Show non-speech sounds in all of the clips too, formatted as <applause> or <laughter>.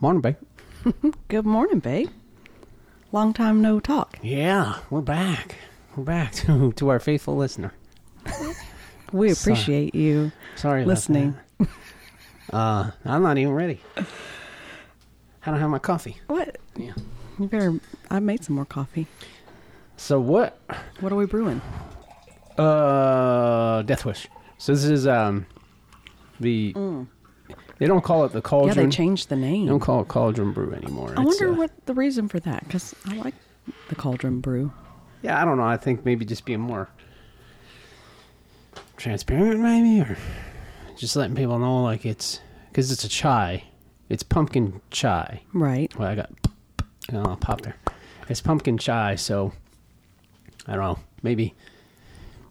Morning, babe. Good morning, babe. Long time no talk. Yeah, we're back. We're back <laughs> to, to our faithful listener. We So- appreciate you. Sorry, about Listening. that. <laughs> Uh, I'm not even ready. I don't have my coffee. What? Yeah. You better. I made some more coffee. So what? What are we brewing? Uh, Death Wish. So this is um the they don't call it the Mm. Yeah, cauldron. they changed the name. They don't call it cauldron brew anymore. I It's, wonder uh, what the reason for that. Because I like the cauldron brew. Yeah, I don't know. I think maybe just being more transparent, maybe, or just letting people know like it's because it's a chai. It's pumpkin chai. Right. Well, I got you know, I'll pop there. It's pumpkin chai, so I don't know. Maybe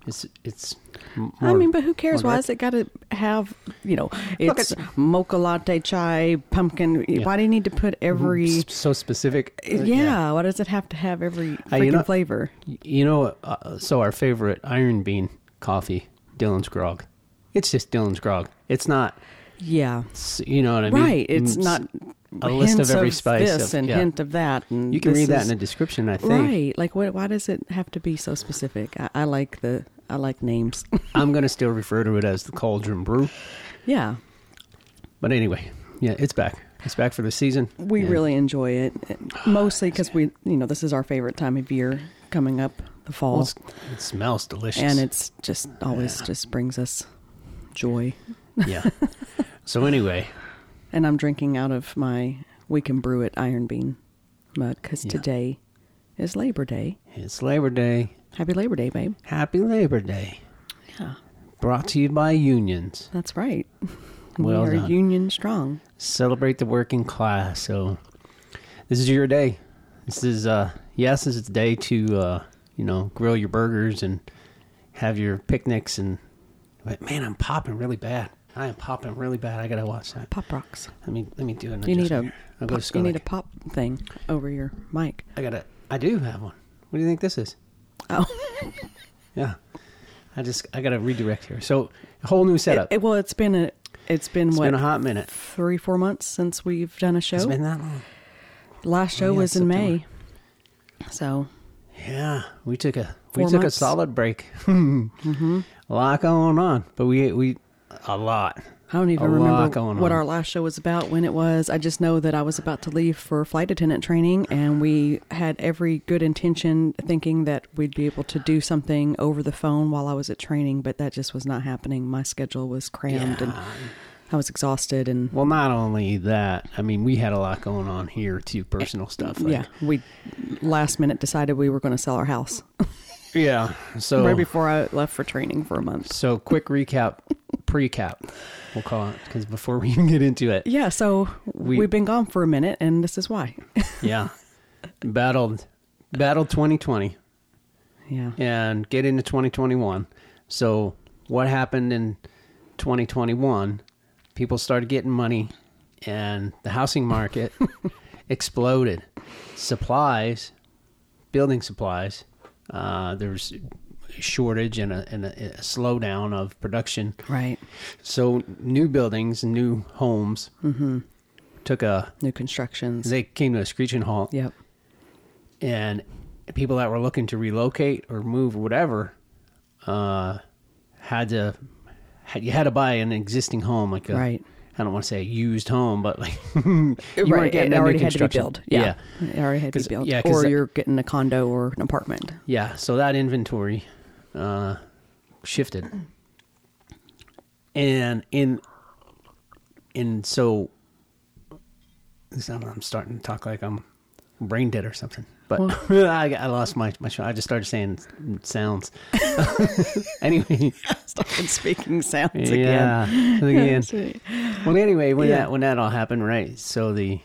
it's it's. m- I more- mean, but who cares? more Why direct. has it got to have, you know, Look, it's mocha latte, chai, pumpkin. Why do you need to put every. S- so specific? Uh, Yeah, why does it have to have every Uh, freaking you know- flavor? You know, uh, so our favorite Iron Bean coffee, Dylan's Grog. It's just Dylan's Grog. It's not, Yeah. s- you know what I mean? Right. It's Mm, not a list hints of every spice This of- and yeah. hint of that. And You can this read that is- in the description, I think. right. Like, what, why does it have to be so specific? I, I like the I like names. <laughs> I'm going to still refer to it as the Cauldron Brew. yeah, But anyway, yeah, it's back. It's back for the season. we and really enjoy it, mostly because we you know this is our favorite time of year coming up, the fall, it's- It smells delicious. and it's just always just brings us joy. yeah. <laughs> So anyway, And I'm drinking out of my we can brew it iron bean mug because Yeah. today is Labor Day. it's Labor Day. Happy Labor Day, babe. Happy Labor Day. Yeah, Brought to you by unions. that's right. Well we are done. union strong. Celebrate the working class. So this is your day. This is uh yes, this is the day to uh, you know, grill your burgers and have your picnics and but man, I'm popping really bad. I am popping really bad. I gotta watch that. Pop rocks. Let me let me do an You need a adjustment here. I'll go pop, to you Skodak. need a pop thing over your mic. I gotta. I do have one. What do you think this is? Oh, <laughs> Yeah. I just I gotta redirect here. So a whole new it, setup. it- well, it's been a it's been it's what been a hot minute. three four months since we've done a show. It's been that long. Last show yeah, was in September. May, so Yeah, we took a we Four took months. Mm-hmm. a solid break. <laughs> A lot going on, but we we a lot. I don't even A lot remember going what on. our last show was about, when it was. I just know that I was about to leave for flight attendant training, and we had every good intention, thinking that we'd be able to do something over the phone while I was at training, but that just was not happening. My schedule was crammed, and Yeah. I was exhausted, and Well, not only that, I mean, we had a lot going on here too, personal stuff. like- yeah, we last minute decided we were going to sell our house <laughs> yeah. So right before I left for training for a month. so quick recap, pre-cap, we'll call it because before we <laughs> even get into it, Yeah, so we, We- have been gone for a minute, and this is why. <laughs> yeah, battled battled 2020 yeah, and get into 2021. So what happened in 2021? People started getting money, and the housing market exploded. Supplies, building supplies, uh, there was a shortage and a, and a, a slowdown of production. right. So new buildings, new homes took a New constructions. they came to a screeching halt yep. and people that were looking to relocate or move or whatever uh, had to had, you had to buy an existing home like a Right. I don't want to say a used home, but like <laughs> you weren't getting it a new already had to be construction. built. Yeah. It already had to 'Cause- be built. yeah, 'cause or the- you're getting a condo or an <laughs> apartment. Yeah, so that inventory uh, shifted, and in and so this- I'm I'm starting to talk like I'm brain dead or something. But <laughs> I, I lost my my. I just started saying sounds. <laughs> anyway, Started speaking sounds yeah, <laughs> again. Well, anyway, when Yeah. that when that all happened, right? So the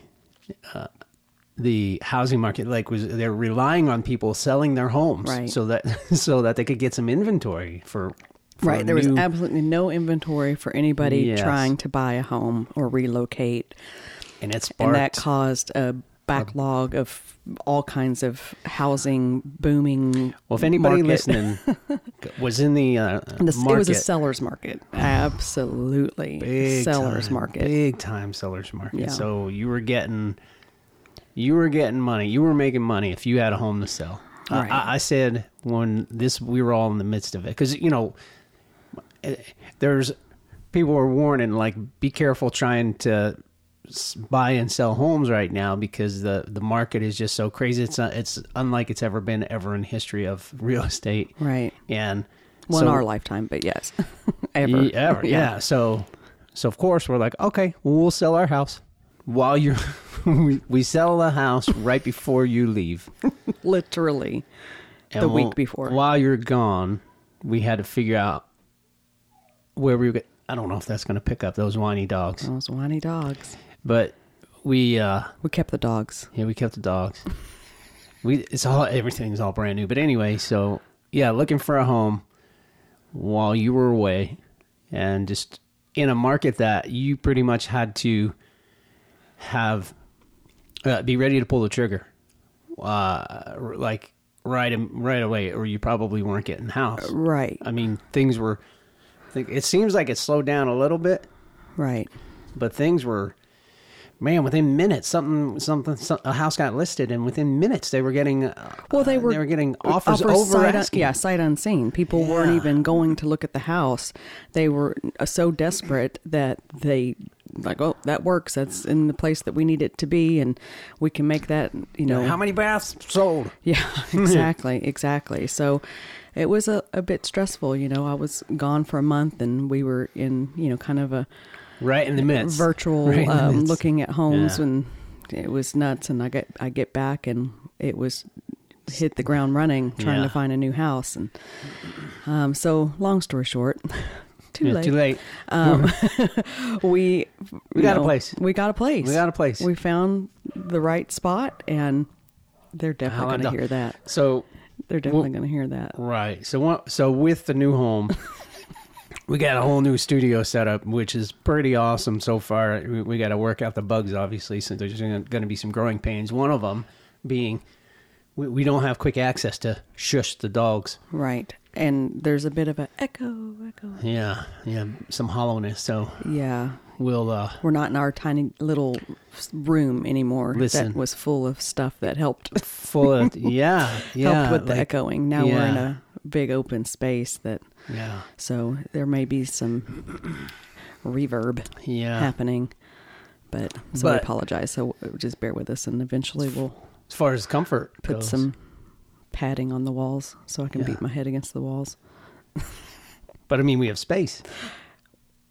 uh, the housing market, like, was they're relying on people selling their homes, Right. So that <laughs> so that they could get some inventory for, for Right. There was new- absolutely no inventory for anybody Yes. trying to buy a home or relocate. and it sparked and that caused a backlog of all kinds of housing booming. Well, if anybody market. <laughs> listening was in the, uh, And this- market, it was a seller's <sighs> market. Absolutely. big seller's time, market. big time seller's market. Yeah. So you were getting, you were getting money. You were making money if you had a home to sell. I- Right. I, I said when this, we were all in the midst of it because you know, eh, there's people were warning like be careful trying to s- buy and sell homes right now because the the market is just so crazy. It's not, it's unlike it's ever been ever in history of real <laughs> estate. Right. And Well, in so- our lifetime, but yes. <laughs> ever. Ye- <laughs> ever, yeah. So, so of course we're like, okay, well, we'll sell our house while you're. <laughs> we, we sell the house right before you <laughs> leave. Literally. And The week while- before. While you're gone, we had to figure out where we. Were, go- I don't know if that's going to pick up those whiny dogs, Those whiny dogs. but we. uh We kept the dogs. Yeah, we kept the dogs. We it's all everything's all brand new. But anyway, so yeah, looking for a home while you were away and just in a market that you pretty much had to have uh, be ready to pull the trigger. Uh r- like right am- right away or you probably weren't getting the house. Right. I mean, things were I think- it seems like it slowed down a little bit Right. but things were man within minutes something something some, a house got listed and within minutes they were getting uh, Well, they uh, were they were getting offers over sight un- asking yeah, sight unseen. People weren't Yeah. even going to look at the house. They were uh, so desperate that they like, oh, that works. That's in the place that we need it to be, and we can make that. You know, how many baths sold yeah, <laughs> exactly, exactly. So it was a, a bit stressful. You know, I was gone for a month, and we were in you know kind of a right in the midst <laughs> virtual Right in the um, midst. looking at homes Yeah. and it was nuts and I get I get back and it was hit the ground running trying Yeah. to find a new house and um, so long story short <laughs> too, Yeah, late, too late we We you got a place. we got a place We got a place. we found the right spot and they're How I definitely know. going to hear that so they're definitely going to hear that right so what, so with the new <laughs> home we got a whole new studio setup which is pretty awesome so far we, we got to work out the bugs obviously since there's going to be some growing pains one of them being we, we don't have quick access to shush the dogs right and there's a bit of a echo echo Yeah, yeah, some hollowness. So yeah we'll. uh We're not in our tiny little s- room anymore Listen. that was full of stuff that helped Full <laughs> of yeah, yeah. helped with the like- echoing. Now we're in yeah. a big open space that Yeah, so there may be some reverb yeah. happening. But so But- we apologize. So w- just bear with us and eventually we'll As far as comfort put goes. some padding on the walls so I can Yeah. beat my head against the walls. but I mean, we have space.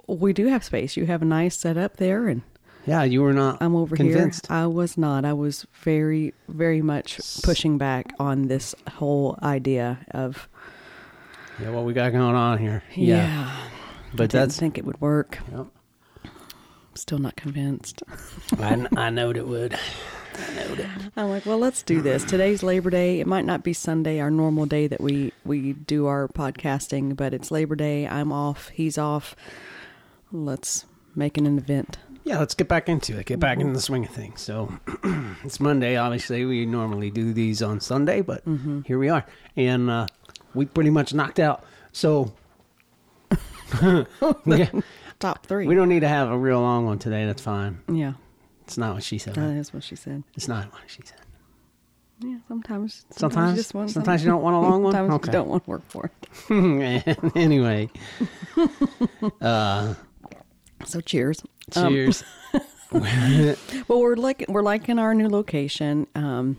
We do have space. You have a nice setup there and Yeah, you were not. I'm over convinced. here. I was not. I was very, very much pushing back on this whole idea of Yeah, what we got going on here. yeah. but Didn't that's. think it would work. Yep. Still not convinced. I, I knowed it would. I'm like, well, let's do this. Today's Labor Day. It might not be Sunday, our normal day that we we do our podcasting, but it's Labor Day. I'm off. He's off. Let's make an event. Yeah, let's get back into it. Get back into the swing of things. So <clears throat> it's Monday. Obviously, we normally do these on Sunday, but Mm-hmm. here we are, and uh, we pretty much knocked out. <laughs> So. <laughs> Yeah. Top three. We don't need to have a real long one today. That's fine. yeah, It's not what she said. that is what she said. It's not what she said. Yeah, sometimes. Sometimes, Sometimes- you, just want sometimes you don't want a long one? Sometimes Okay. you don't want to work for it. <laughs> anyway, So cheers. Um, <laughs> cheers. <laughs> Well, we're like we're liking our new location, um,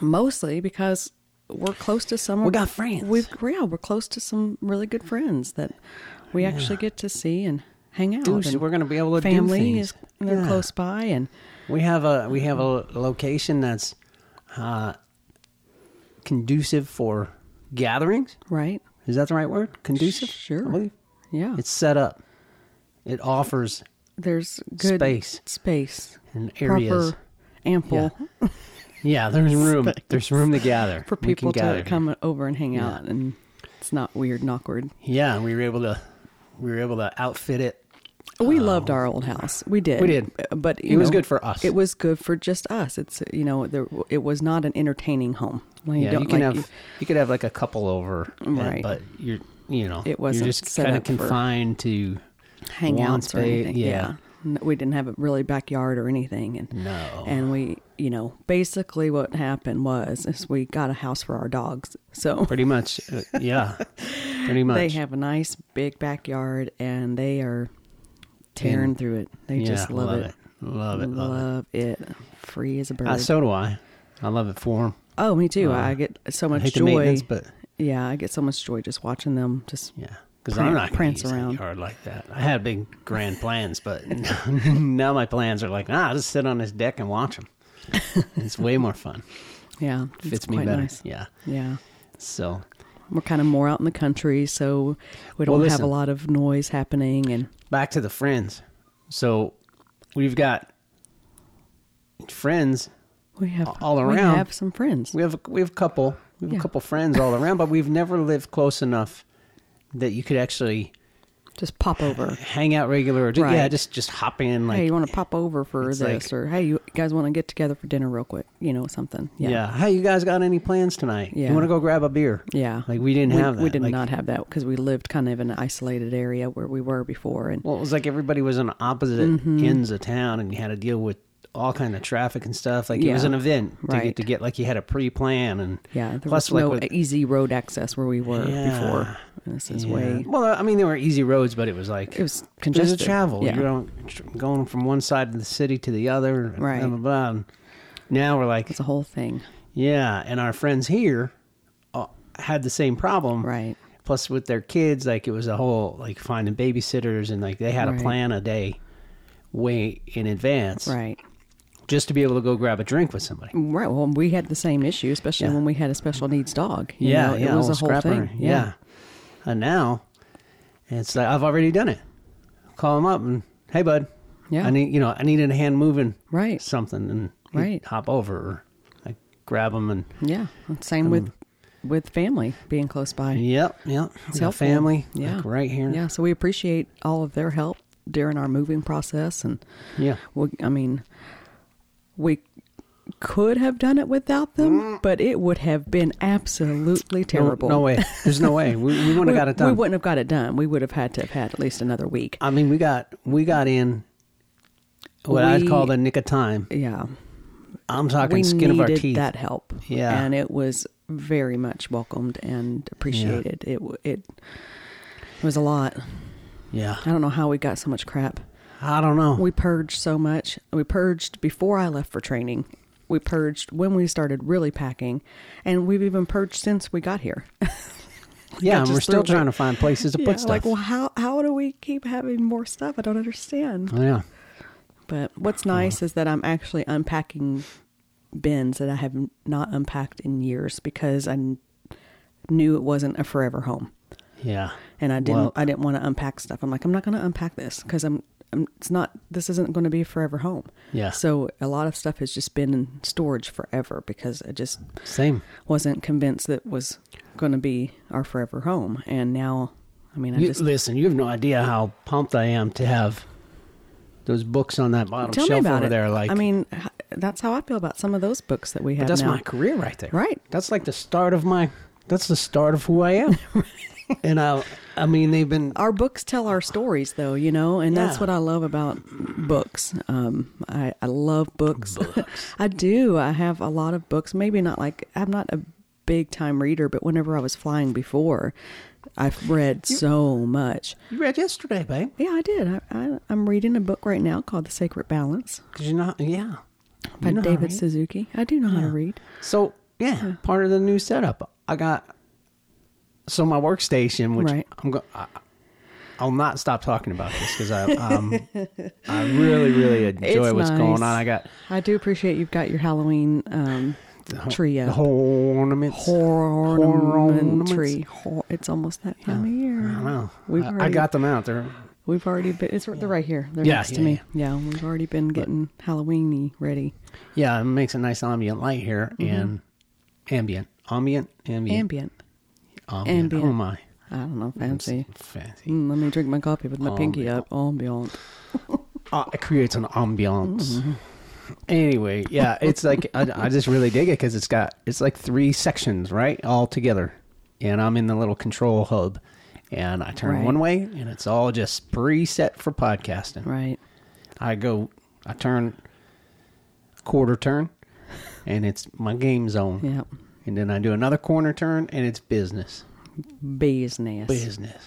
mostly because we're close to some. We got friends. We've yeah, we're close to some really good friends that we actually get to see and hang out. Dude, so and we're gonna be able to do family things. is they're Yeah. close by, and we have a we have a location that's uh, conducive for gatherings. right, Is that the right word? Conducive. Sure. I believe. yeah, It's set up. It offers there's good space. space, and areas. proper, ample yeah, there's room. Space. There's room to gather <laughs> for We can people gather to here. come over and hang Yeah. out, and it's not weird and awkward. Yeah, we were able to we were able to outfit it We loved our old house. We Oh. did. Uh, We did. But It you was know, good for us. It was good for just us. It's you know, there, it was not an entertaining home. Like, yeah, you can like, have you could have like a couple over, and- Right. But you're you know It wasn't you're just set kind of up for- confined to one hangouts or spa- anything. Yeah, N- We didn't have a really backyard or anything and No. And we, you know, basically what happened was is we got a house for our dogs. So pretty much. uh, yeah, pretty much. <laughs> they have a nice big backyard and they are tearing And- through it. They yeah, just love, love it. Love it. Love, it. Love it. Free as a bird. Uh, so do I. I love it for them. oh, me too. uh, I get so much I hate the joy. maintenance, but yeah, I get so much joy just watching them just yeah, because Pran- I'm not going prance to use around. around. a yard like that. I had big grand plans, but <laughs> now my plans are like, nah, I'll just sit on this deck and <laughs> watch them. it's way more fun. yeah, it's Fits me quite better. nice. Yeah. Yeah. So We're kind of more out in the country, so we don't Well, have a listen. lot of noise happening and back to the friends. So we've got friends. we have All we around. have some friends. We have a, we have a couple. We have Yeah. a couple friends all around, but we've never lived close enough that you could actually just pop over. hang out regular. Or just, Yeah, Right. just just hop in <sighs> like hey, you want to pop over for It's like- this, or hey, you guys want to get together for dinner real quick? You know, something. yeah. Yeah, Hey, you guys got any plans tonight? Yeah. You want to go grab a beer? Yeah. Like we didn't we, have that. we did Like, not have that because we lived kind of in an isolated area where we were before, and Well, it was like everybody was on opposite Mm-hmm. ends of town, and you had to deal with all kind of traffic and stuff. Like it was Yeah. an event to Right. get to get like you had a pre-plan and yeah, there plus was no like with- easy road access where we were Yeah. before. And this is Yeah. way Well, I mean, there were easy roads, but it was like it was it was congested. a travel. Yeah, You're on, tr- going from one side of the city to the other. and Right. Blah, blah, blah. And now we're like, it's a whole thing, yeah, and our friends here uh, had the same problem. right? Plus, with their kids, like it was a whole like finding babysitters and like they had Right. to plan a day way in advance Right. just to be able to go grab a drink with somebody. Right. Well, we had the same issue, especially when we had a special needs dog. you yeah, know, yeah, it was a old whole scrapper. thing. Yeah. and now it's like I've already done it. Call him up and hey, bud. Yeah. I need you know I needed a hand moving Right. something and he'd Right. hop over or I grab him and Yeah. And Same with with family being close by. yep yep It's We got helpful. family Yeah. like right here Yeah. So we appreciate all of their help during our moving process, and yeah we, I mean, we could have done it without them, but it would have been absolutely Mm. No- terrible. No, way there's no way we, we wouldn't <laughs> We, have got it done we wouldn't have got it done. We would have had to have had at least another week. I mean we got we got in what I'd We- call the nick of time Yeah. I'm talking we skin of needed our teeth that help. Yeah. and it was very much welcomed and appreciated. It w- it it was a lot. yeah I don't know how we got so much crap. I don't know We purged so much. We purged before I left for training. We purged when we started really packing, and we've even purged since we got here. <laughs> yeah and just we're still threw it. trying to find places to Yeah, put stuff like, well, how how do we keep having more stuff? I don't understand. Oh, yeah But what's nice is that I'm actually unpacking bins that I have n- not unpacked in years because I kn- knew it wasn't a forever home, yeah and I didn't Well- I didn't want to unpack stuff. I'm like, I'm not going to unpack this because I'm, I'm it's not this isn't going to be a forever home. Yeah. So a lot of stuff has just been in storage forever because I just same wasn't convinced that was going to be our forever home, and now. I mean, I You, just listen, you have no idea how pumped I am to have those books on that bottom tell me shelf about over it. there. Like, I mean, h- that's how I feel about some of those books that we have. but that's now. my career right there. Right. That's like the start of my. That's the start of who I am. <laughs> and I, I mean, they've been. our books tell our stories though you know and that's Yeah. what i love about books um, I, I love books, Books. <laughs> i do i have a lot of books maybe not like i'm not a big time reader but whenever i was flying before i've read so much You read yesterday, babe. yeah i did I, I, i'm reading a book right now called the sacred balance Because you're not. Yeah. by You know how I david read. suzuki i do know how to read So yeah, part of the new setup. I got. So my workstation, which Right. I'm going. I'll not stop talking about this because I <laughs> um, I really really enjoy It's what's going nice. on. I got i do appreciate you've got your halloween um, tree the up. whole ornaments. horror ornaments. tree. Hor- it's almost that time of year. I don't know. We've I, I already- got them out there. We've already been. It's they're right here. They're Yeah, next to yeah, me. Yeah. we've already been getting Halloweeny ready. Yeah, it makes a nice ambient light Mm-hmm. here and ambient, ambient, ambient, Ambient. ambient. ambient. Oh my! I don't know, fancy. Fancy. Mm, let me drink my coffee with my pinky Ambiance. up. Ambient. uh, it creates an ambiance. Anyway, yeah, it's like I, I just really dig it because it's got it's like three sections right all together, and I'm in the little control hub, and I turn Right. one way, and it's all just preset for podcasting. Right. I go, I turn quarter turn, and it's my game zone, Yep. and then I do another corner turn, and it's business, Business. business.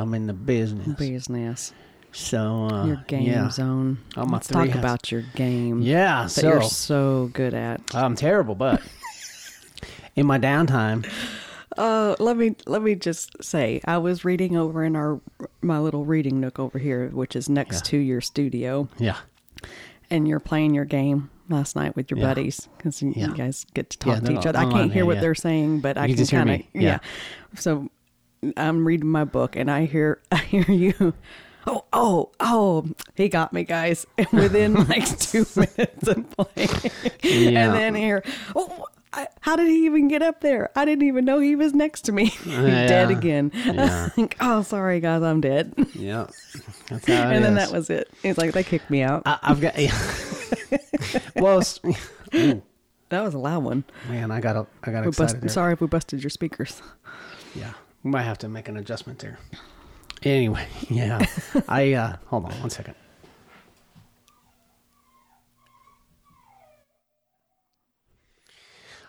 I'm in the business. Business. So uh, Your game yeah. zone. Oh, my Let's talk three has- about your game. Yeah, That so you're so good at. I'm terrible, but <laughs> in my downtime, Uh, let me let me just say, I was reading over in our my little reading nook over here, which is next Yeah. to your studio, yeah, and you're playing your game last night with your Yeah. buddies because you, Yeah. you guys get to Yeah, talk they're to each other. I all can't on hear there, what yeah. they're saying, but I You can can just hear kind of me, yeah. So I'm reading my book, and I hear <laughs> I hear you. Oh oh oh! He got me, guys. <laughs> And <laughs> within like two minutes of playing, Yeah. and then here, oh, I, how did he even get up there? I didn't even know he was next to me. <laughs> dead yeah. again. Yeah. <laughs> Oh, Like, oh, sorry guys, I'm dead. yeah. That's how it <laughs> and then is. that was it. It's like they kicked me out. I, I've got. <laughs> well, s- ooh, that was a loud one. man, I got a, I got We excited. bust, there. sorry if we busted your speakers. <laughs> Yeah, we might have to make an adjustment there. Anyway, <laughs> yeah, I uh, hold on one second.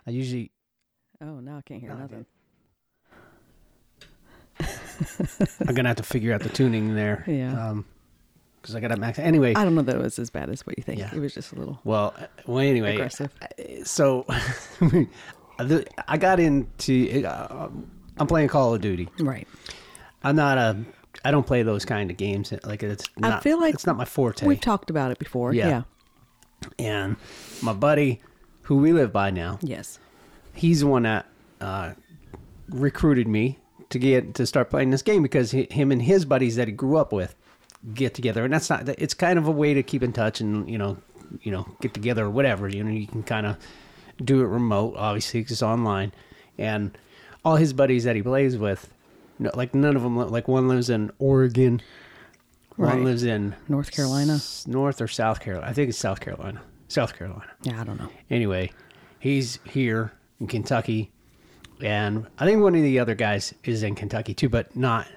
I usually Oh, now I can't hear No, I nothing. I'm gonna have to figure out the tuning there. Yeah. because I got it max. Anyway, I don't know that it was as bad as what you think. Yeah. It was just a little. Well, uh, well, anyway, Aggressive. uh, So, <laughs> the- I got into. Uh, I'm playing Call of Duty. Right. I'm not a. I don't play those kind of games. Like it's. Not, I feel like it's not my forte. We've talked about it before. Yeah. Yeah. and my buddy, who we live by now, Yes. he's the one that uh, recruited me to get to start playing this game because he, him and his buddies that he grew up with get together, and that's not. It's kind of a way to keep in touch and you know, you know, get together or whatever. You know, you can kind of do it remote, obviously, because online, and all his buddies that he plays with, no, like none of them, like one lives in Oregon, Right. one lives in North Carolina. S- North or South Carolina. I think it's South Carolina. South Carolina. Yeah, I don't know. Anyway, he's here in Kentucky, and I think one of the other guys is in Kentucky too, but not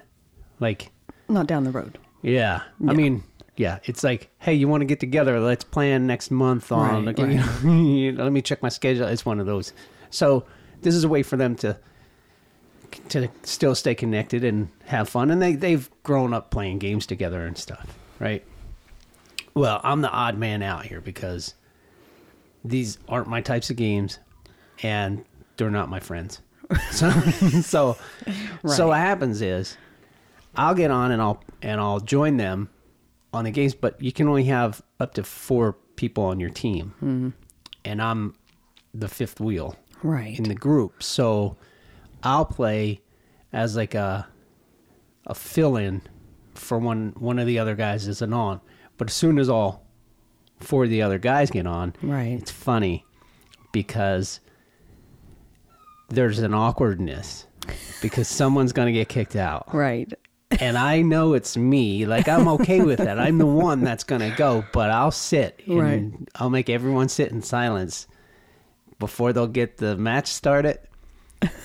like, Not down the road. yeah. I mean, yeah, it's like, hey, you want to get together? Let's plan next month on. Right, like, <laughs> you know, <laughs> let me check my schedule. It's one of those. So this is a way for them to to still stay connected and have fun, and they they've grown up playing games together and stuff, right? Well, I'm the odd man out here because these aren't my types of games and they're not my friends. So <laughs> so so what happens is I'll get on and I'll and I'll join them on the games, but you can only have up to four people on your team. And I'm the fifth wheel Right. in the group. So I'll play as like a a fill in for one one of the other guys isn't on. But as soon as all four of the other guys get on, Right. it's funny because there's an awkwardness because someone's gonna get kicked out. right. And I know it's me. Like I'm okay with that. <laughs> I'm the one that's gonna go, but I'll sit and Right. I'll make everyone sit in silence before they'll get the match started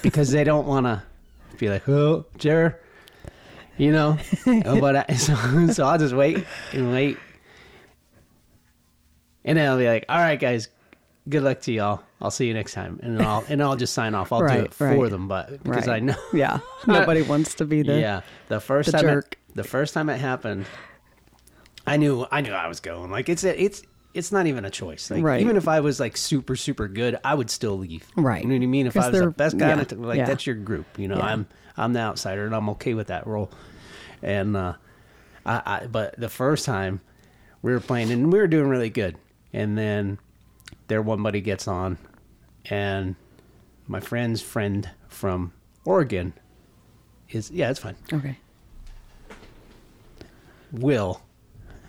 because they don't want to be like, oh, Jer, you <laughs> know. Oh, but I, <laughs> so, so I'll just wait and wait, and then I'll be like, all right, guys, good luck to y'all. I'll see you next time, and then I'll and I'll just sign off. I'll do Right, it for right. them, but because right. I know, <laughs> <laughs> Yeah. Nobody wants to be the. yeah, the first the time jerk. It, the first time it happened, I knew I knew I was going. Like it's a, it's it's not even a choice. Like Right. even if I was like super super good, I would still leave. Right. You know what I mean? If 'Cause I was the they're- best guy, on yeah, the t- like yeah. that's your group. You know, Yeah. I'm I'm the outsider, and I'm okay with that role. And uh, I, I but the first time we were playing, and we were doing really good, and then their one buddy gets on, and my friend's friend from Oregon is yeah, it's fine. Okay. Will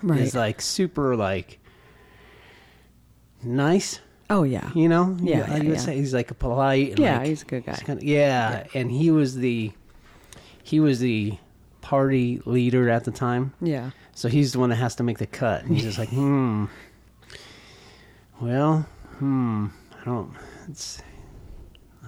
Right. is like super like nice, oh, yeah. you know. Yeah, like yeah, you would yeah. say he's like polite. And Yeah, like- he's a good guy. kinda- yeah, and he was the he was the party leader at the time. Yeah. So he's the one that has to make the cut. And he's just like, hmm. Well, hmm. I don't. It's.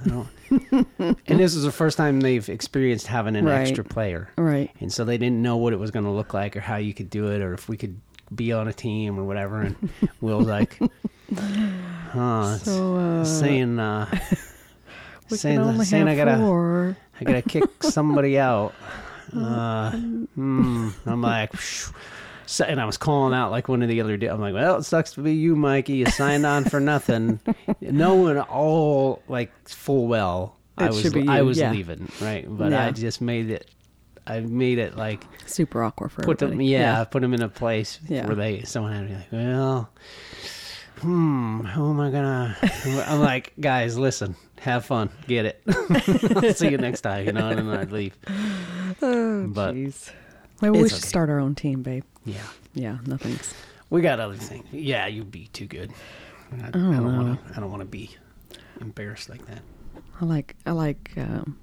I <laughs> don't. and this is the first time they've experienced having an Right. extra player. Right. And so they didn't know what it was going to look like or how you could do it or if we could be on a team or whatever. And Will's <laughs> like, huh. it's- So, uh, saying, <laughs> uh, We saying, can only saying I have gotta, four. I gotta <laughs> kick somebody out. Oh, Uh, mm. hmm. I'm like, phew. So- and I was calling out like one of the other. Day. I'm like, well, it sucks to be you, Mikey. You signed on for <laughs> nothing, knowing all like full well. I It was should be I you, was yeah. leaving, right? But I Yeah. just made it. I made it like Super awkward for put them. everybody. Yeah, put them in a place Yeah. where they someone had to be like, well, hmm, how am I gonna? <laughs> I'm like, guys, listen, have fun, get <laughs> it. See you next time, you know, and then I'd leave. Oh, But- jeez. Maybe we It's should okay. start our own team, babe. Yeah, Yeah, nothing's. we got other things. Yeah, you'd be too good. I, I don't don't know. want to. I don't want to be embarrassed like that. I like I like um,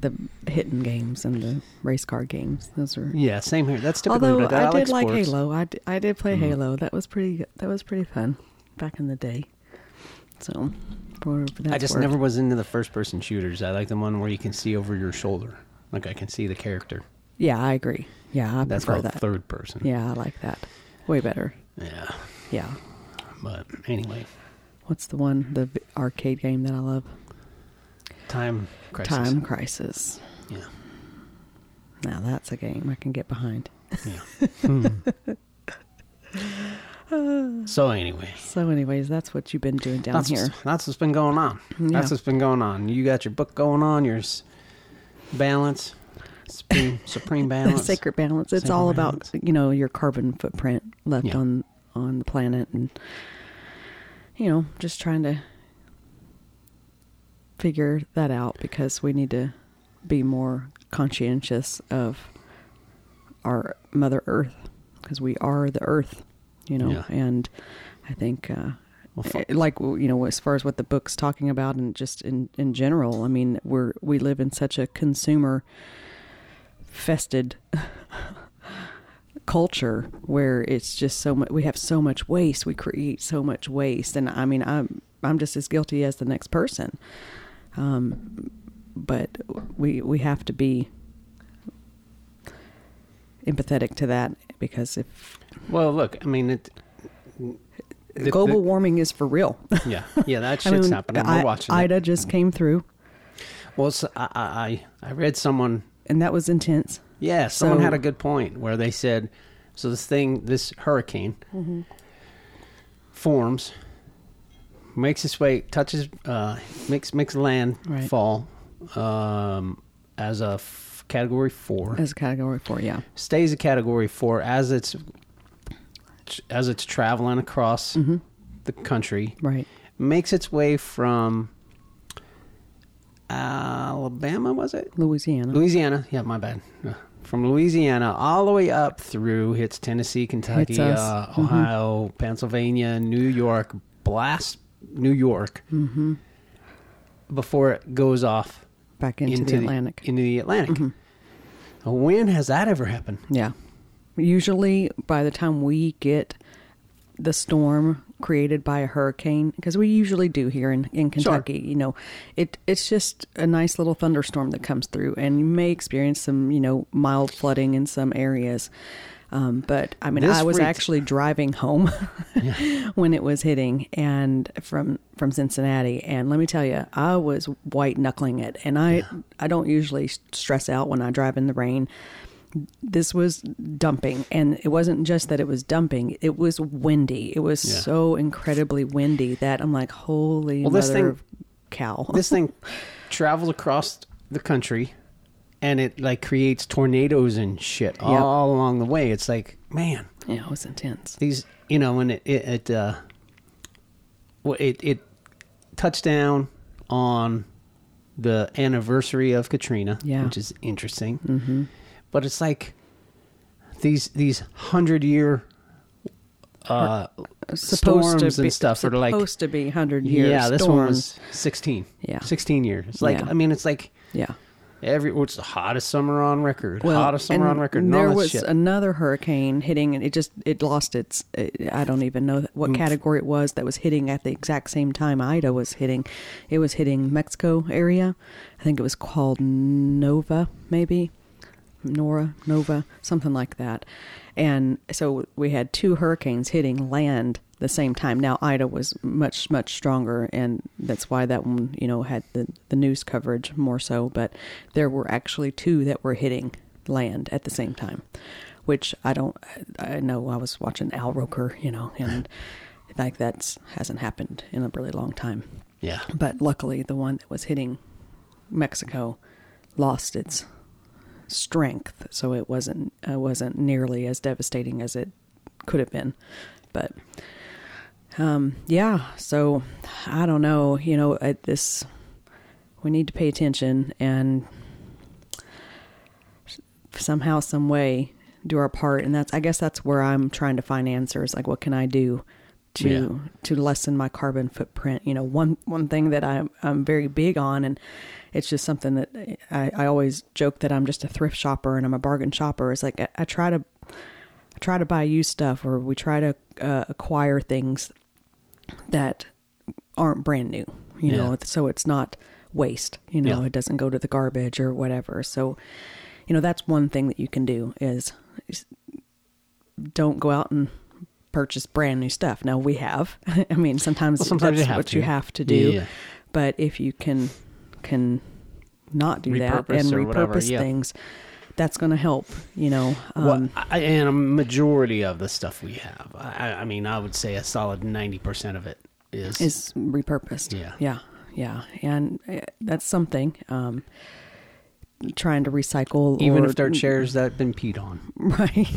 the hitting games and the race car games. Those are. Yeah, same here. That's typically Although what I, I did like sports. Mm-hmm. Halo, I d- I did play Halo. That was pretty. That was pretty fun back in the day. So, for whatever that's I just worth. never was into the first person shooters. I like the one where you can see over your shoulder, like I can see the character. Yeah, I agree. Yeah, I That's prefer called that. third person. Yeah, I like that. Way better. Yeah. Yeah. But anyway, What's the one the v- arcade game that I love? time crisis. Time Crisis. Yeah. Now that's a game I can get behind. <laughs> Yeah. Hmm. so anyway, So, anyways, that's what you've been doing down that's here. what's, that's what's been going on. Yeah. That's what's been going on. You got your book going on. Your s- balance, <laughs> supreme, supreme the balance. sacred balance. It's Sacred all balance. about you know your carbon footprint left Yeah. on on the planet, and you know just trying to figure that out because we need to be more conscientious of our Mother Earth because we are the Earth, you know. Yeah. And I think, uh, Well, fu- eh, like you know, as far as what the book's talking about, and just in in general, I mean, we're we live in such a consumer fested <laughs> culture where it's just so much we have so much waste we create so much waste and i mean i'm i'm just as guilty as the next person um but we we have to be empathetic to that because if Well, look. I mean, it. the- global the- warming is for real yeah, yeah, that <laughs> I shit's mean, happening. We're I- watching. it. ida just came through Well, so I, I, I I read someone and that was intense Yeah, someone So- had a good point where they said, so this thing, this hurricane, Mm-hmm. forms, makes its way, touches, uh, makes makes land Right. fall um, as a f- category four, as a category four yeah stays a category four as it's as it's traveling across the country, Mm-hmm. right makes its way from Alabama, was it? louisiana Louisiana. Yeah, my bad. Uh, From Louisiana all the way up through hits Tennessee, Kentucky, Hits us. Mm-hmm. uh, Ohio, Pennsylvania, New York, blast New York Mm-hmm. before it goes off back into, the atlantic Mm-hmm. into the Atlantic. When has that ever <laughs> happened? Yeah. Usually, by the time we get the storm created by a hurricane, because we usually do here in, in Kentucky, you know, it it's just a nice little thunderstorm that comes through, and you may experience some, you know, mild flooding in some areas. Um, but I mean, This I was freaked- actually driving home <laughs> when it was hitting, and from from Cincinnati, and let me tell you, I was white knuckling it, and I I don't usually stress out when I drive in the rain, this was dumping and it wasn't just that it was dumping it was windy it was Yeah. so incredibly windy that i'm like holy Well, this mother thing- of cow <laughs> This thing travels across the country and it like creates tornadoes and shit all along the way. It's like, man, yeah it was intense these you know when it it, it uh well, it it touched down on the anniversary of Katrina, Yeah. which is interesting. Mm-hmm. But it's like these these hundred year uh, storms and stuff are supposed like to be 100 years yeah, this one storms. was sixteen. Yeah. sixteen years. It's like Yeah. I mean, it's like yeah it- Every it's the hottest summer on record. hottest summer and on record. and all There that was shit. another hurricane hitting, and it just it lost its. I don't even know Mm. what category it was that was hitting at the exact same time Ida was hitting. It was hitting Mexico area. I think it was called Nova, maybe Nora Nova, something like that. And so we had two hurricanes hitting land the same time. Now Ida was much much stronger, and that's why that one you know had the the news coverage more so. But there were actually two that were hitting land at the same time, which I don't. I know I was watching Al Roker, you know, and <laughs> like that's hasn't happened in a really long time. yeah. But luckily, the one that was hitting Mexico lost its strength, so it wasn't uh, wasn't nearly as devastating as it could have been. But um, yeah, so I don't know. You know, at this we need to pay attention and somehow, some way, do our part. And that's I guess that's where I'm trying to find answers. Like, what can I do? To, Yeah. to lessen my carbon footprint, you know, one one thing that I'm I'm very big on, and it's just something that I, I always joke that I'm just a thrift shopper and I'm a bargain shopper. It's like I, I try to I try to buy used stuff, or we try to uh, acquire things that aren't brand new, you Yeah. know, it's- so it's not waste, you know, Yeah. it doesn't go to the garbage or whatever. So, you know, that's one thing that you can do is, is don't go out and purchase brand new stuff. Now we have, <laughs> I mean, sometimes, Well, sometimes you that's have what to. you have to do, Yeah, yeah. but if you can, can not do that Repurpose and or repurpose whatever, yeah. things, that's going to help, you know, um, well, I, and a majority of the stuff we have, I, I mean, I would say a solid ninety percent of it is, is repurposed. Yeah. Yeah. Yeah. And uh, that's something. Um, trying to recycle even or- if they're chairs that have been peed on. <laughs> right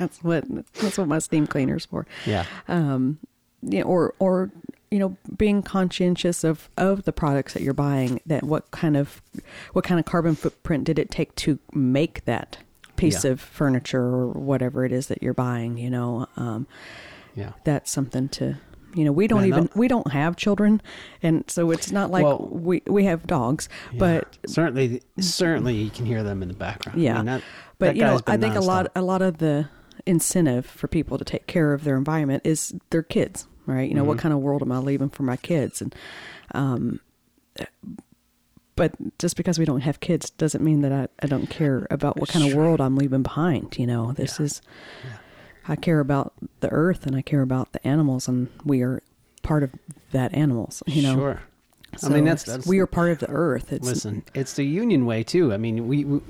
that's what that's what my steam cleaners for Yeah, um you know, or or you know being conscientious of of the products that you're buying that what kind of what kind of carbon footprint did it take to make that piece Yeah. of furniture or whatever it is that you're buying you know um yeah. that's something to you know we don't Yeah, no. even we don't have children and so it's not like Well- we we have dogs Yeah. but Mm-hmm. certainly, certainly you can hear them in the background. I Yeah. mean, that- but that you know guy's been i think a lot nonstop. a lot of the incentive for people to take care of their environment is their kids right you know Mm-hmm. what kind of world am i leaving for my kids and um but just because we don't have kids doesn't mean that i, I don't care about what kind of Sure. world i'm leaving behind you know this Yeah. is i care about the earth and i care about the animals and we are part of that animals you know Sure. So I mean, that's, that's we are part of the earth it's Listen, it's the union way too. I mean, we, we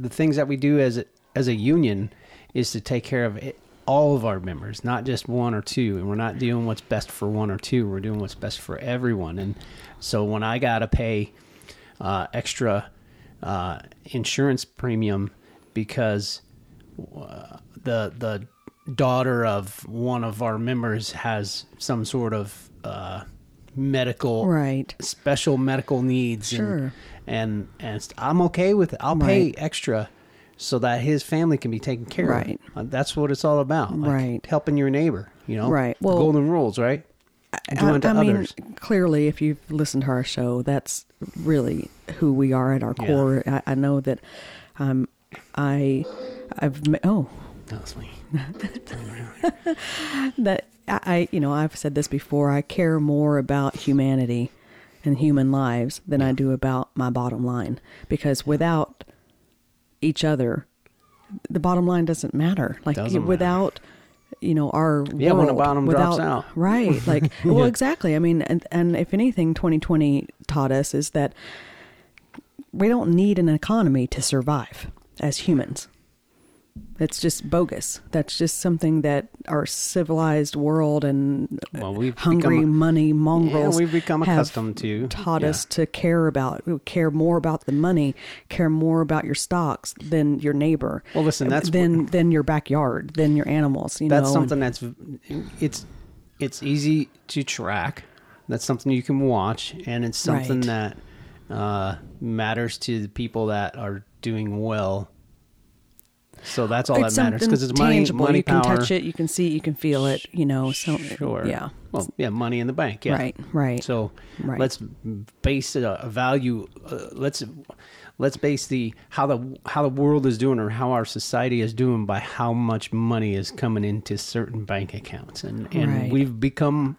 the things that we do as a, as a union is to take care of it, all of our members, not just one or two. And we're not doing what's best for one or two. We're doing what's best for everyone. And so when I gotta pay uh, extra uh, insurance premium because uh, the the daughter of one of our members has some sort of uh, medical right special medical needs Sure. and, and and st- I'm okay with it. I'll Right. pay extra so that his family can be taken care Right. of. Uh, That's what it's all about. like Right. Helping your neighbor, you know. Right. The Well- golden rules, right? Do unto others. mean, clearly, if you've listened to our show, that's really who we are at our Yeah. core. I, I know that um, I, I've ma- oh That was <laughs> me. that I, I you know I've said this before. I care more about humanity and human lives than I do about my bottom line because without each other, the bottom line doesn't matter. Like Doesn't matter. without you know our Yeah, when the world, bottom without, drops out. <laughs> right? Like well, exactly. I mean, and and if anything, 2020 taught us is that we don't need an economy to survive as humans. That's just bogus. That's just something that our civilized world and Well, we've hungry become- money mongrels we've become have accustomed to, taught yeah. us to care about we care more about the money, care more about your stocks than your neighbor. Well, listen, that's- than than your backyard, than your animals. You That's know, something that's it's it's easy to track. That's something you can watch and it's something that uh, matters to the people that are doing well. So that's all and that matters because it's money, tangible. money you power. can touch it, you can see, it, you can feel it. You know, so Sure. yeah, Well, yeah, money in the bank. Yeah. Right, right, So right. uh, let's base a, a value. Uh, let's let's base the how the how the world is doing or how our society is doing by how much money is coming into certain bank accounts, and and Right. we've become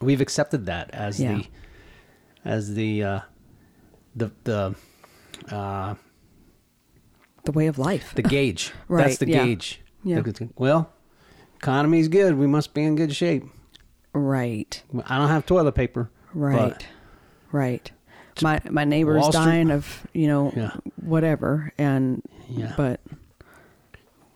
we've accepted that as Yeah. the as the uh, the the uh, The way of life. the gauge. <laughs> Right, That's the yeah. gauge. Yeah. Look, it's- Well, economy's good. We must be in good shape. right. I don't have toilet paper. but- Right. right. My my neighbor's Wall Street- dying of, you know, Yeah. whatever and Yeah. but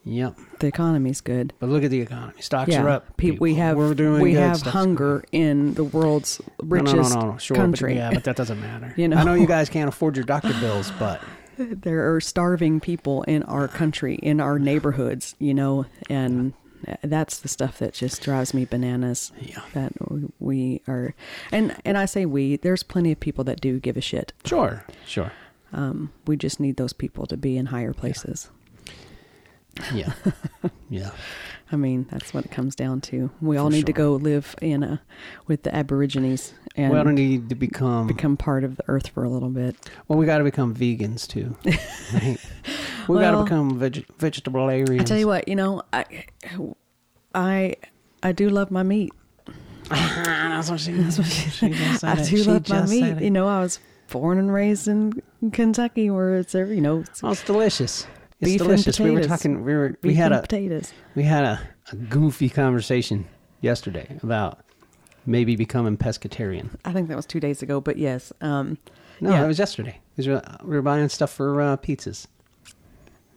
Yep. the economy's good. But look at the economy. Stocks are up. Pe- we People- have We're doing we good. have Stocks- hunger in the world's No, no, richest no, no, no. Sure, country. But, yeah, but that doesn't matter. You know? I know you guys can't afford your doctor bills, but <laughs> there are starving people in our country, in our neighborhoods, you know, and that's the stuff that just drives me bananas. Yeah. That we are, and and I say we. There's plenty of people that do give a shit. sure, sure. Um, we just need those people to be in higher places. <laughs> Yeah, yeah. I mean, that's what it comes down to. We all need to go live in a with the Aborigines and we don't need to become. become part of the earth for a little bit. well, we got to become vegans <laughs> too. Right? We got to Well- become veg- vegetarians. I tell you what, you know, I, I, I do love my meat. <laughs> That's <laughs> what she. That's what she. she just said I it. do She love my just said meat. it. You know, I was born and raised in Kentucky, where it's every you know, it's Oh, it's delicious. It's Beef and delicious. we were potatoes. talking. We were. beef We had and a. potatoes. We had a, a goofy conversation yesterday about maybe becoming pescatarian. I think that was two days ago, but yes, um, No, Yeah. that was yesterday. 'Cause We were, we were buying stuff for uh, pizzas.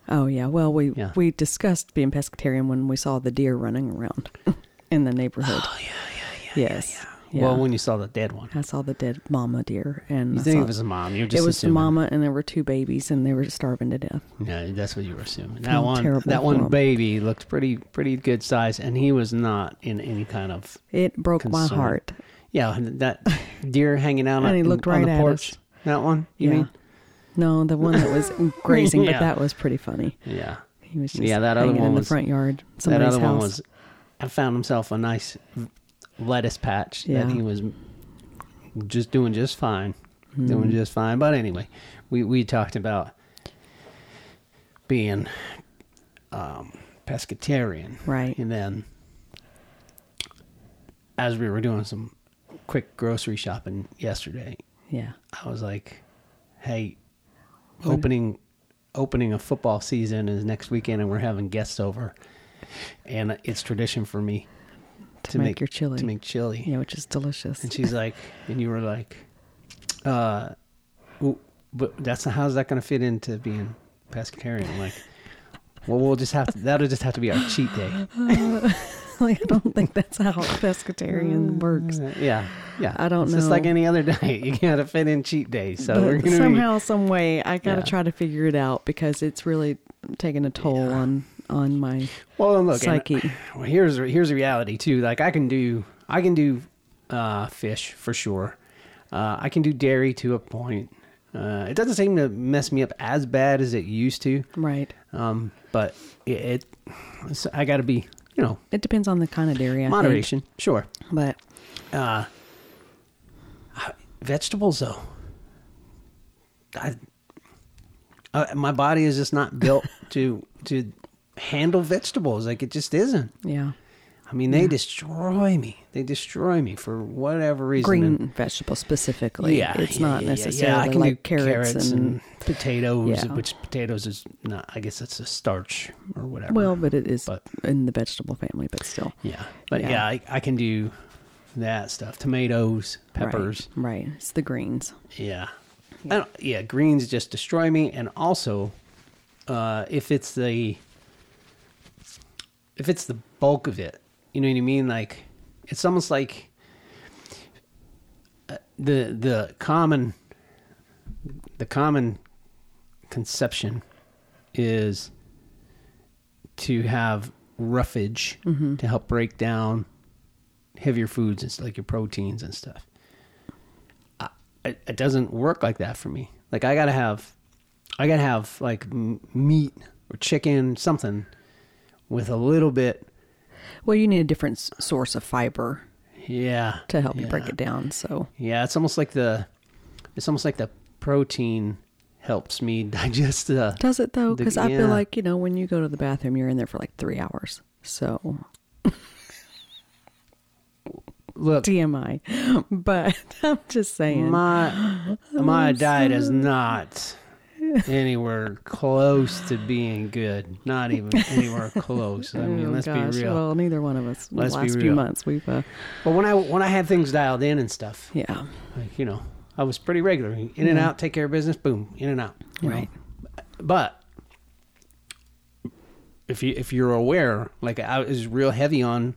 oh yeah. Well, we Yeah. we discussed being pescatarian when we saw the deer running around <laughs> in the neighborhood. Oh yeah, yeah, yeah. Yes. yeah. Well, when you saw the dead one, I saw the dead mama deer, and you I think saw- it was a mom. You're just it was the assuming. mama, and there were two babies, and they were starving to death. Yeah, that's what you were assuming. That Felt one, terrible that for one him. baby looked pretty, pretty good size, and he was not in any kind of. It broke my Concern. heart. Yeah, that deer hanging out And on, he looked on right the at porch. us. That one, you yeah. mean? No, the one <laughs> that was grazing, Yeah. but that was pretty funny. Yeah. He was just Yeah, that other hanging one in the was- front yard. that Somebody's other house. one was. I found himself a nice lettuce patch Yeah. that he was just doing just fine, Mm. doing just fine. But anyway, we we talked about being um, pescatarian, Right. And then as we were doing some quick grocery shopping yesterday, Yeah. I was like, "Hey, opening opening a football season is next weekend, and we're having guests over, and it's tradition for me To, make, your chili. to make chili." yeah, which is delicious. And she's like, "And you were like, uh, w- but that's how's that going to fit into being pescatarian?" I'm like, well, we'll just have to, that'll just have to be our cheat day. <laughs> like, I don't think that's <laughs> how pescatarian works. Uh, Yeah, yeah. I don't it's Just know. like any other <laughs> diet, you got to fit in cheat day. So but we're gonna be- somehow, some way, I gotta Yeah. try to figure it out because it's really taking a toll on on my. Well, and look, and- Psyche. <sighs> well, here's here's the reality too. Like I can do I can do uh, fish for sure. Uh, I can do dairy to a point. Uh, it doesn't seem to mess me up as bad as it used to, Right. um, but it, it it's- I got to be you know It depends on the kind of dairy. I think. moderation. Sure, But uh, I- vegetables though. I, uh, my body is just not built to to handle vegetables. Like it just isn't. yeah, I mean, they destroy me. They destroy me for whatever reason. green And- vegetables specifically. it's yeah, not yeah, necessarily I can do like carrots, and, potatoes, Yeah. which potatoes is not. I guess that's a starch or whatever. well, but it is But- in the vegetable family. But still, yeah, but yeah. yeah, I, I can do that stuff. Tomatoes, Right, peppers. Right. It's the greens. Yeah. I don't, yeah, greens just destroy me. And also, uh, if it's the if it's the bulk of it, you know what I mean. Like it's almost like uh, the the common the common conception is to have roughage to help break down heavier foods and s- like your proteins and stuff it, it doesn't work like that for me. Like I gotta have, I gotta have like m- meat or chicken, something with a little bit. Well, you need a different s- source of fiber Yeah. to help you yeah. break it down. So Yeah, it's almost like the, it's almost like the protein helps me <laughs> digest uh, Does it though? The- Because I yeah. feel like you know when you go to the bathroom, you're in there for like three hours. So look. TMI, <laughs> but I'm just saying. <gasps> My my diet is <laughs> not anywhere close to being good. Not even <laughs> anywhere close. I mean, Oh, let's gosh. be real. Well, neither one of us. The Let's be last few real. months, we've uh, But when I when I had things dialed in and stuff, yeah, like, you know, I was pretty regular. In and Yeah. out, take care of business, boom, in and out. you know. right. But if you if you're aware, like I was real heavy on,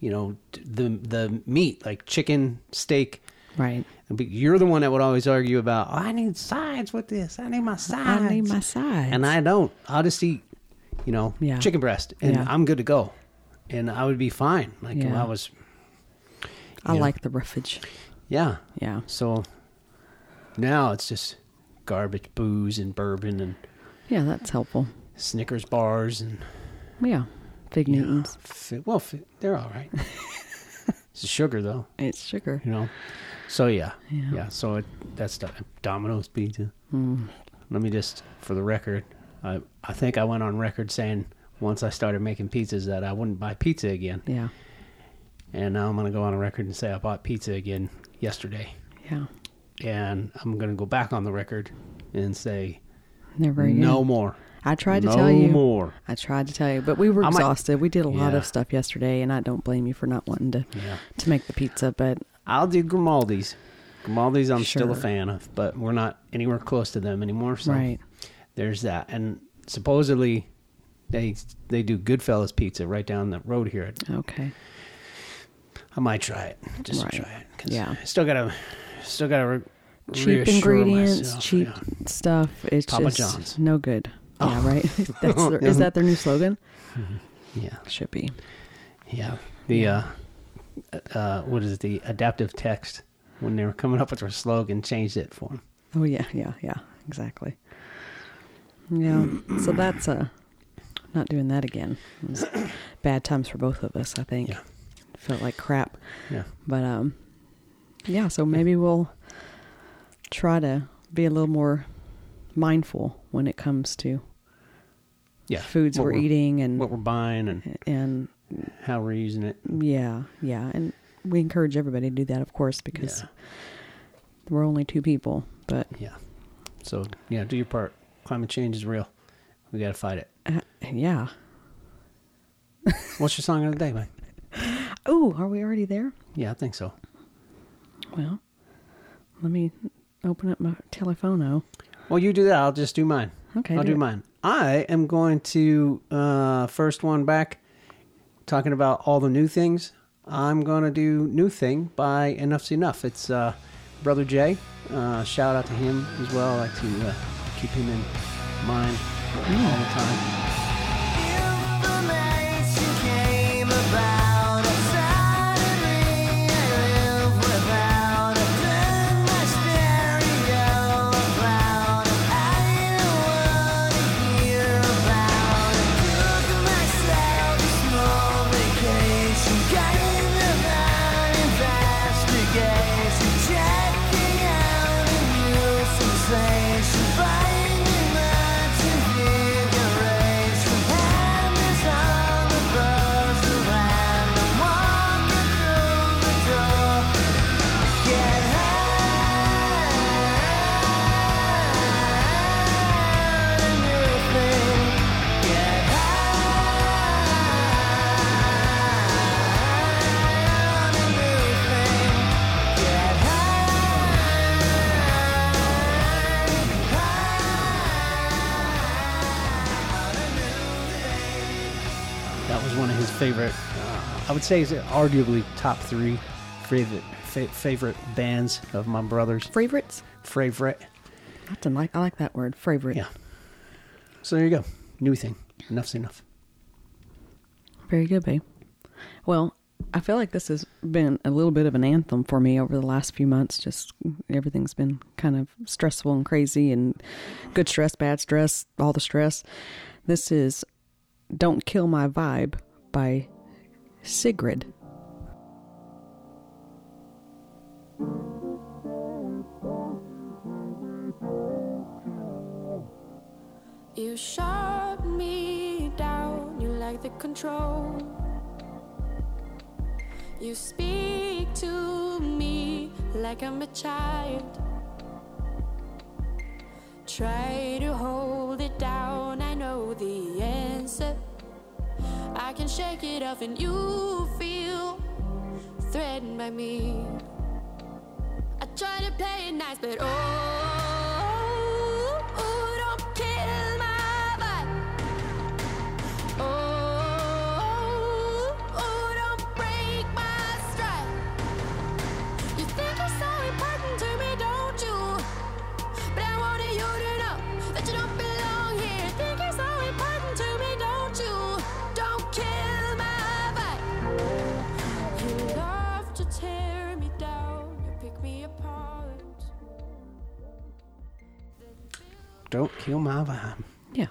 you know, t- the the meat, like chicken, steak. Right. But you're the one that would always argue about. "Oh, I need sides with this. I need my sides. I need my sides. and I don't. I'll just eat, you know, Yeah. chicken breast, and Yeah. I'm good to go, and I would be fine. Like if Yeah. I was, I Yeah. like the roughage. yeah. Yeah. So now it's just garbage, booze, and bourbon, and Yeah, that's helpful. Snickers bars, and Yeah. Fig you know, Newtons. fi- well, fi- they're all <laughs> right. it's sugar though, It's sugar. you know. So yeah, Yeah. Mm. yeah. so it, that's the Domino's pizza. Let me just, for the record, I I think I went on record saying once I started making pizzas that I wouldn't buy pizza again. Yeah. And now I'm going to go on a record and say I bought pizza again yesterday. Yeah. And I'm going to go back on the record and say They're very no good. more. I tried to no tell you. more. I tried to tell you, but we were I might- exhausted. we did a lot Yeah. of stuff yesterday, and I don't blame you for not wanting to Yeah. to make the pizza. But I'll do Grimaldi's. Grimaldi's I'm still a Sure. fan of, but we're not anywhere close to them anymore. So right, there's that. And supposedly they they do Goodfellas pizza right down the road here. okay, I might try it. Just to Right. try it. 'cause Yeah. I still got to still got to re- cheap reassure ingredients, myself, cheap yeah. stuff. It's Papa just John's. Oh. no good. Yeah, right. <laughs> That's their, is that their new <laughs> slogan? Yeah. Should be. Yeah. The uh, uh, what is it? The adaptive text when they were coming up with their slogan changed it for them. Oh yeah, yeah, yeah. Exactly. Yeah. so that's uh not doing that again. It was bad times for both of us, I think. Yeah. Felt like crap. Yeah. But um yeah, so maybe we'll try to be a little more mindful when it comes to Yeah. foods What we're, eating and what we're buying, and and how we're using it. yeah, yeah. And we encourage everybody to do that of course because Yeah. we're only two people. But Yeah. So yeah, do your part. Climate change is real. We gotta fight <laughs> it. uh, yeah. What's your song of the day, Mike? Oh, are we already there? Yeah, I think so. Well, let me open up my telephono. Well, you do that. I'll just do mine. Okay, I'll do do it. mine. I am going to uh, first one back, talking about all the new things. I'm going to do new thing by Enough's Enough. It's uh, Brother Jay. Uh, shout out to him as well. I like to uh, keep him in mind all the time. Information came about Saturday live without a turn my stereo about I don't wanna hear about it Took myself a small vacation Kind of an investigation Checking out a new sensation Finding much invigoration Hand is on the buzz around I'm walking through the door Get high on a new thing Get high on a new thing Get high, That was one of his favorite. Uh, I would say is arguably top three favorite fa- favorite bands of my brother's Favorites? favorite. I didn't like. I like that word. Favorite. Yeah. So there you go. New thing. Enough's enough. Very good, babe. Well, I feel like this has been a little bit of an anthem for me over the last few months. Just everything's been kind of stressful and crazy, and good stress, bad stress, all the stress. This is "Don't Kill My Vibe" by Sigrid. You shut me down, you like the control. You speak to me like I'm a child. Try to hold it down, I know the answer. I can shake it off, and you feel threatened by me. I try to play it nice, but oh, don't kill my vibe. Oh, don't break my stride. You think you're so important to me, don't you? But I wanted you to know that you don't belong here. Think you're so important to me, don't you? Don't kill my vibe. You love to tear me down, you pick me apart. Don't kill my vibe. Yeah.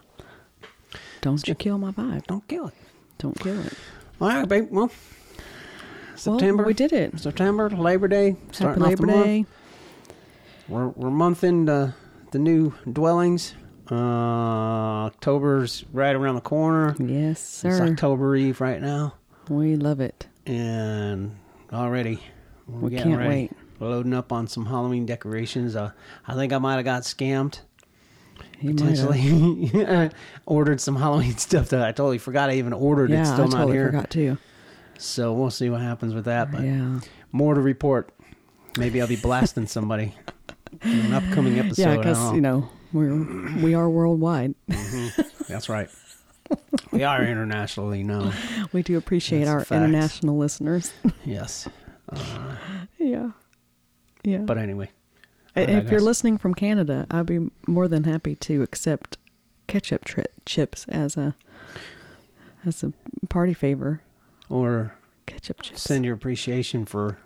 Don't you kill my vibe. Don't kill it. Don't kill it. All right, babe. Well, September. Well, we did it. September, Labor Day, Happy starting off Labor the month. Day. We're we're a month into the new dwellings. Uh, October's right around the corner. Yes, It's sir. October Eve right now, We love it. and already we're We getting can't ready. wait. We're loading up on some Halloween decorations. Uh, I think I might have got scammed. He might have- Potentially <laughs> ordered some Halloween <laughs> stuff that I totally forgot I even ordered. Yeah, it's still I not totally here. forgot too. So we'll see what happens with that. But Yeah. more to report. Maybe I'll be blasting somebody in an upcoming episode. <laughs> Yeah, I don't because you know we're we are worldwide. <laughs> That's right. we are internationally known. We do appreciate That's a our fact. international listeners. <laughs> Yes. yeah, yeah. But anyway, I- I if you're guess- listening from Canada, I'd be more than happy to accept ketchup tri- chips as a as a party favor. or Ketchup chips. send your appreciation for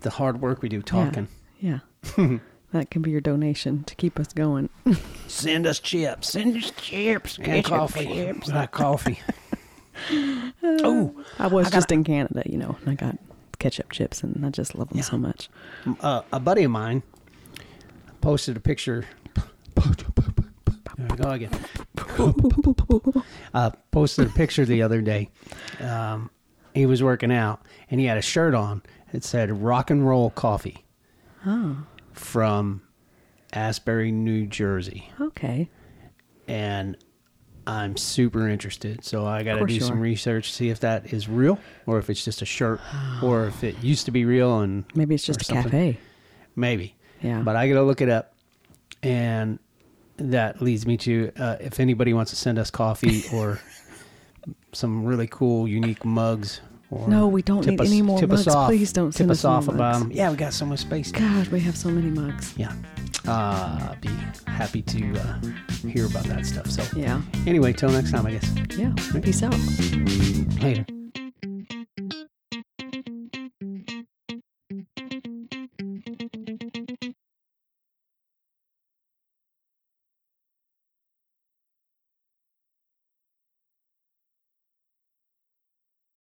the hard work we do Yeah, talking. <laughs> Yeah. that can be your donation to keep us going. Send us chips. Send us chips. And Ketchup coffee. chips. Uh, <laughs> coffee. oh, I I was gotta- just in Canada, you know, and I got ketchup chips, and I just love them Yeah. so much. uh, a buddy of mine posted a picture. There we go again. Uh, posted a picture the other day. Um, he was working out and he had a shirt on. It said "Rock and Roll Coffee" Oh, from Asbury, New Jersey, okay. and I'm super interested. So I got to course do you some are. research, see if that is real or if it's just a <sighs> shirt or if it used to be real and Maybe it's or just a something. cafe. Maybe. Yeah. But I got to look it up. And that leads me to uh, if anybody wants to send us coffee <laughs> or some really cool, unique mugs. Or No, we don't tip need us- any more tip Us mugs. off, Please don't tip send us us more off about mugs. them. Yeah, we got so much space. God, we have so many mugs. Yeah. Uh, be happy to uh, hear about that stuff. So, Yeah. anyway, till next time, I guess. Yeah. Peace out. Later.